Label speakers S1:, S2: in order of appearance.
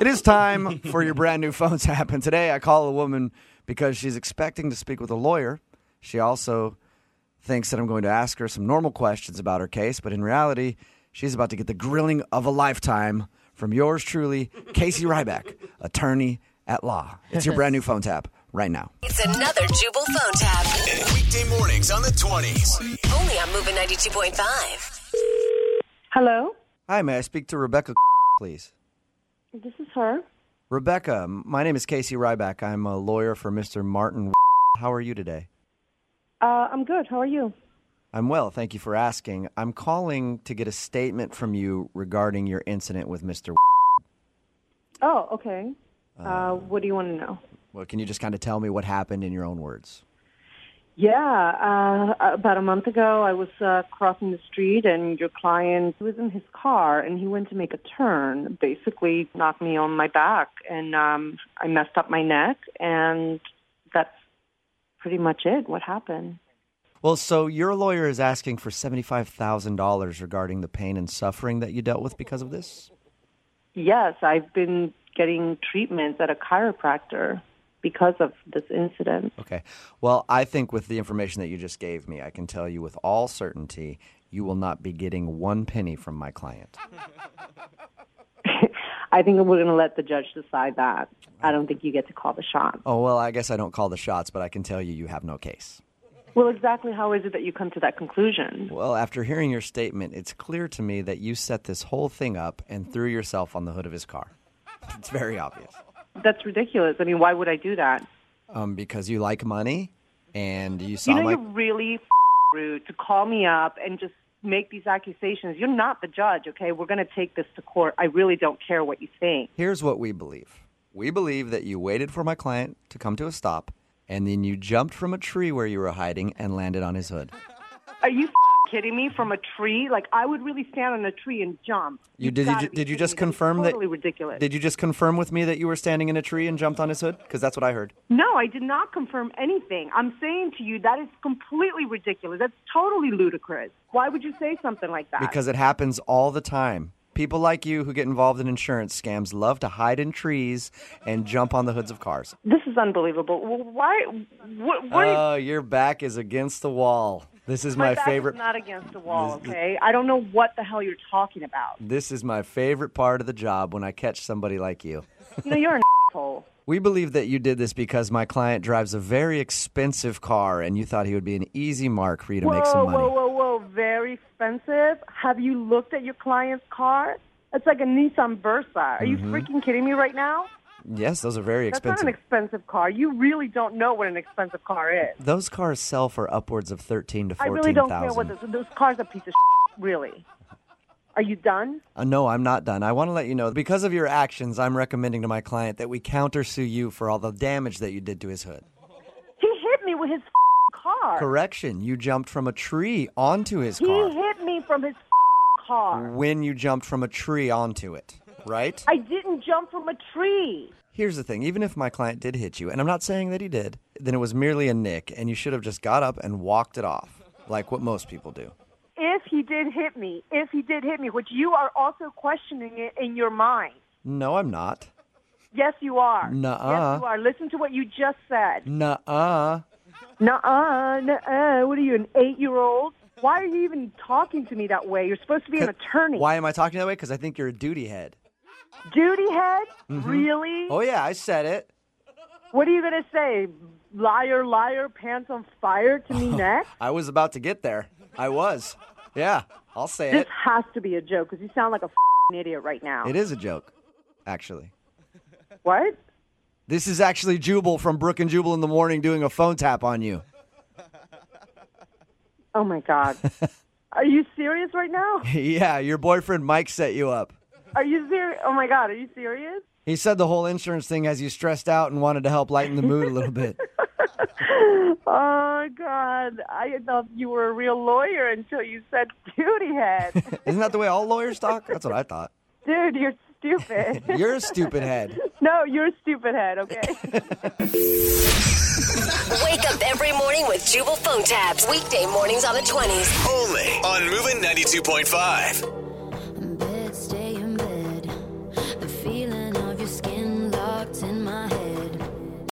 S1: It is time for your brand new phones happen. Today, I call a woman because she's expecting to speak with a lawyer. She also thinks that I'm going to ask her some normal questions about her case, but in reality, she's about to get the grilling of a lifetime from yours truly, Casey Ryback, attorney at law. It's your brand new phone tap right now.
S2: It's another Jubal phone tab.
S3: Weekday mornings on the 20s.
S2: Only on Moving 92.5.
S4: Hello,
S1: Hi, may I speak to Rebecca, please?
S4: this is her.
S1: Rebecca, m- my name is Casey Ryback. I'm a lawyer for Mr. Martin. How are you today?
S4: Uh, I'm good. How are you?
S1: I'm well. Thank you for asking. I'm calling to get a statement from you regarding your incident with Mr.
S4: Oh, okay. Uh, what do you want to know?
S1: Well, can you just kind of tell me what happened in your own words?
S4: Yeah, uh, about a month ago, I was uh, crossing the street, and your client was in his car, and he went to make a turn. Basically, knocked me on my back, and um, I messed up my neck, and that's pretty much it. What happened?
S1: Well, so your lawyer is asking for $75,000 regarding the pain and suffering that you dealt with because of this?
S4: Yes, I've been getting treatments at a chiropractor because of this incident.
S1: Okay. Well, I think with the information that you just gave me, I can tell you with all certainty you will not be getting one penny from my client.
S4: I think we're going to let the judge decide that. I don't think you get to call the shot.
S1: Oh, well, I guess I don't call the shots, but I can tell you you have no case.
S4: Well, exactly how is it that you come to that conclusion?
S1: Well, after hearing your statement, it's clear to me that you set this whole thing up and threw yourself on the hood of his car. It's very obvious.
S4: That's ridiculous. I mean, why would I do that?
S1: Um, because you like money and you saw
S4: You know,
S1: my.
S4: you're really f- rude to call me up and just make these accusations. You're not the judge, okay? We're going to take this to court. I really don't care what you think.
S1: Here's what we believe we believe that you waited for my client to come to a stop and then you jumped from a tree where you were hiding and landed on his hood.
S4: Are you f- kidding me? From a tree? Like, I would really stand on a tree and jump.
S1: You
S4: You've
S1: did
S4: gotta
S1: you,
S4: be
S1: did you
S4: kidding
S1: just
S4: me. That is
S1: confirm
S4: totally
S1: that
S4: ridiculous.
S1: Did you just confirm with me that you were standing in a tree and jumped on his hood? Because that's what I heard.
S4: No, I did not confirm anything. I'm saying to you that is completely ridiculous. That's totally ludicrous. Why would you say something like that?
S1: Because it happens all the time. People like you who get involved in insurance scams love to hide in trees and jump on the hoods of cars.
S4: this is unbelievable. Well, Why? What? what
S1: Oh, your back is against the wall. This is my,
S4: back
S1: favorite.
S4: Is not against the wall. Okay. I don't know what the hell you're talking about.
S1: this is my favorite part of the job when I catch somebody like you.
S4: You know, you're an asshole.
S1: We believe that you did this because my client drives a very expensive car and you thought he would be an easy mark for you to
S4: Whoa,
S1: make some money.
S4: whoa, whoa, whoa! Very expensive. Have you looked at your client's car? It's like a Nissan Versa. Are you freaking kidding me right now?
S1: Yes, those are very
S4: That's
S1: Mm-hmm. expensive.
S4: not an expensive car. You really don't know what an expensive car is.
S1: those cars sell for upwards of 13 to
S4: I
S1: 14,000.
S4: really don't care what this. This car's a piece of shit, really. Are you done?
S1: Uh, no, I'm not done. I want to let you know because of your actions, I'm recommending to my client that we countersue you for all the damage that you did to his hood.
S4: He hit me with his car.
S1: Correction, you jumped from a tree onto his
S4: He
S1: car
S4: hit me from his car.
S1: when you jumped from a tree onto it, right?
S4: I didn't jump from a tree.
S1: Here's the thing even if my client did hit you, and I'm not saying that he did, then it was merely a nick, and you should have just got up and walked it off, like what most people do.
S4: If he did hit me, if he did hit me, which you are also questioning it in your mind.
S1: No, I'm not.
S4: Yes, you are.
S1: Nuh-uh.
S4: Yes, you are. Listen to what you just said.
S1: Nuh uh.
S4: Nuh-uh, nuh-uh. What are you, an eight-year-old? Why are you even talking to me that way? You're supposed to be an attorney.
S1: Why am I talking that way? Because I think you're a duty head.
S4: Duty head? Really?
S1: Oh, yeah, I said it.
S4: What are you going to say? Liar, liar, pants on fire to me next?
S1: I was about to get there. I was. Yeah, I'll say
S4: This
S1: it.
S4: has to be a joke because you sound like a fing idiot right now.
S1: It is a joke, actually.
S4: What?
S1: This is actually Jubal from Brook and Jubal in the morning doing a phone tap on you.
S4: Oh my God. are you serious right now?
S1: yeah, your boyfriend Mike set you up.
S4: Are you serious? Oh my God, are you serious?
S1: He said the whole insurance thing has you stressed out and wanted to help lighten the mood a little bit.
S4: Oh God, I thought you were a real lawyer until you said duty head.
S1: Isn't that the way all lawyers talk? That's what I thought.
S4: Dude, you're stupid.
S1: You're a stupid head.
S4: no, you're a stupid head, okay?
S2: Wake up every morning with Jubal phone tabs. Weekday mornings on the 20s.
S3: Only on Moving 92.5.
S5: in bed, stay in bed. The feeling of your wrapped in my head.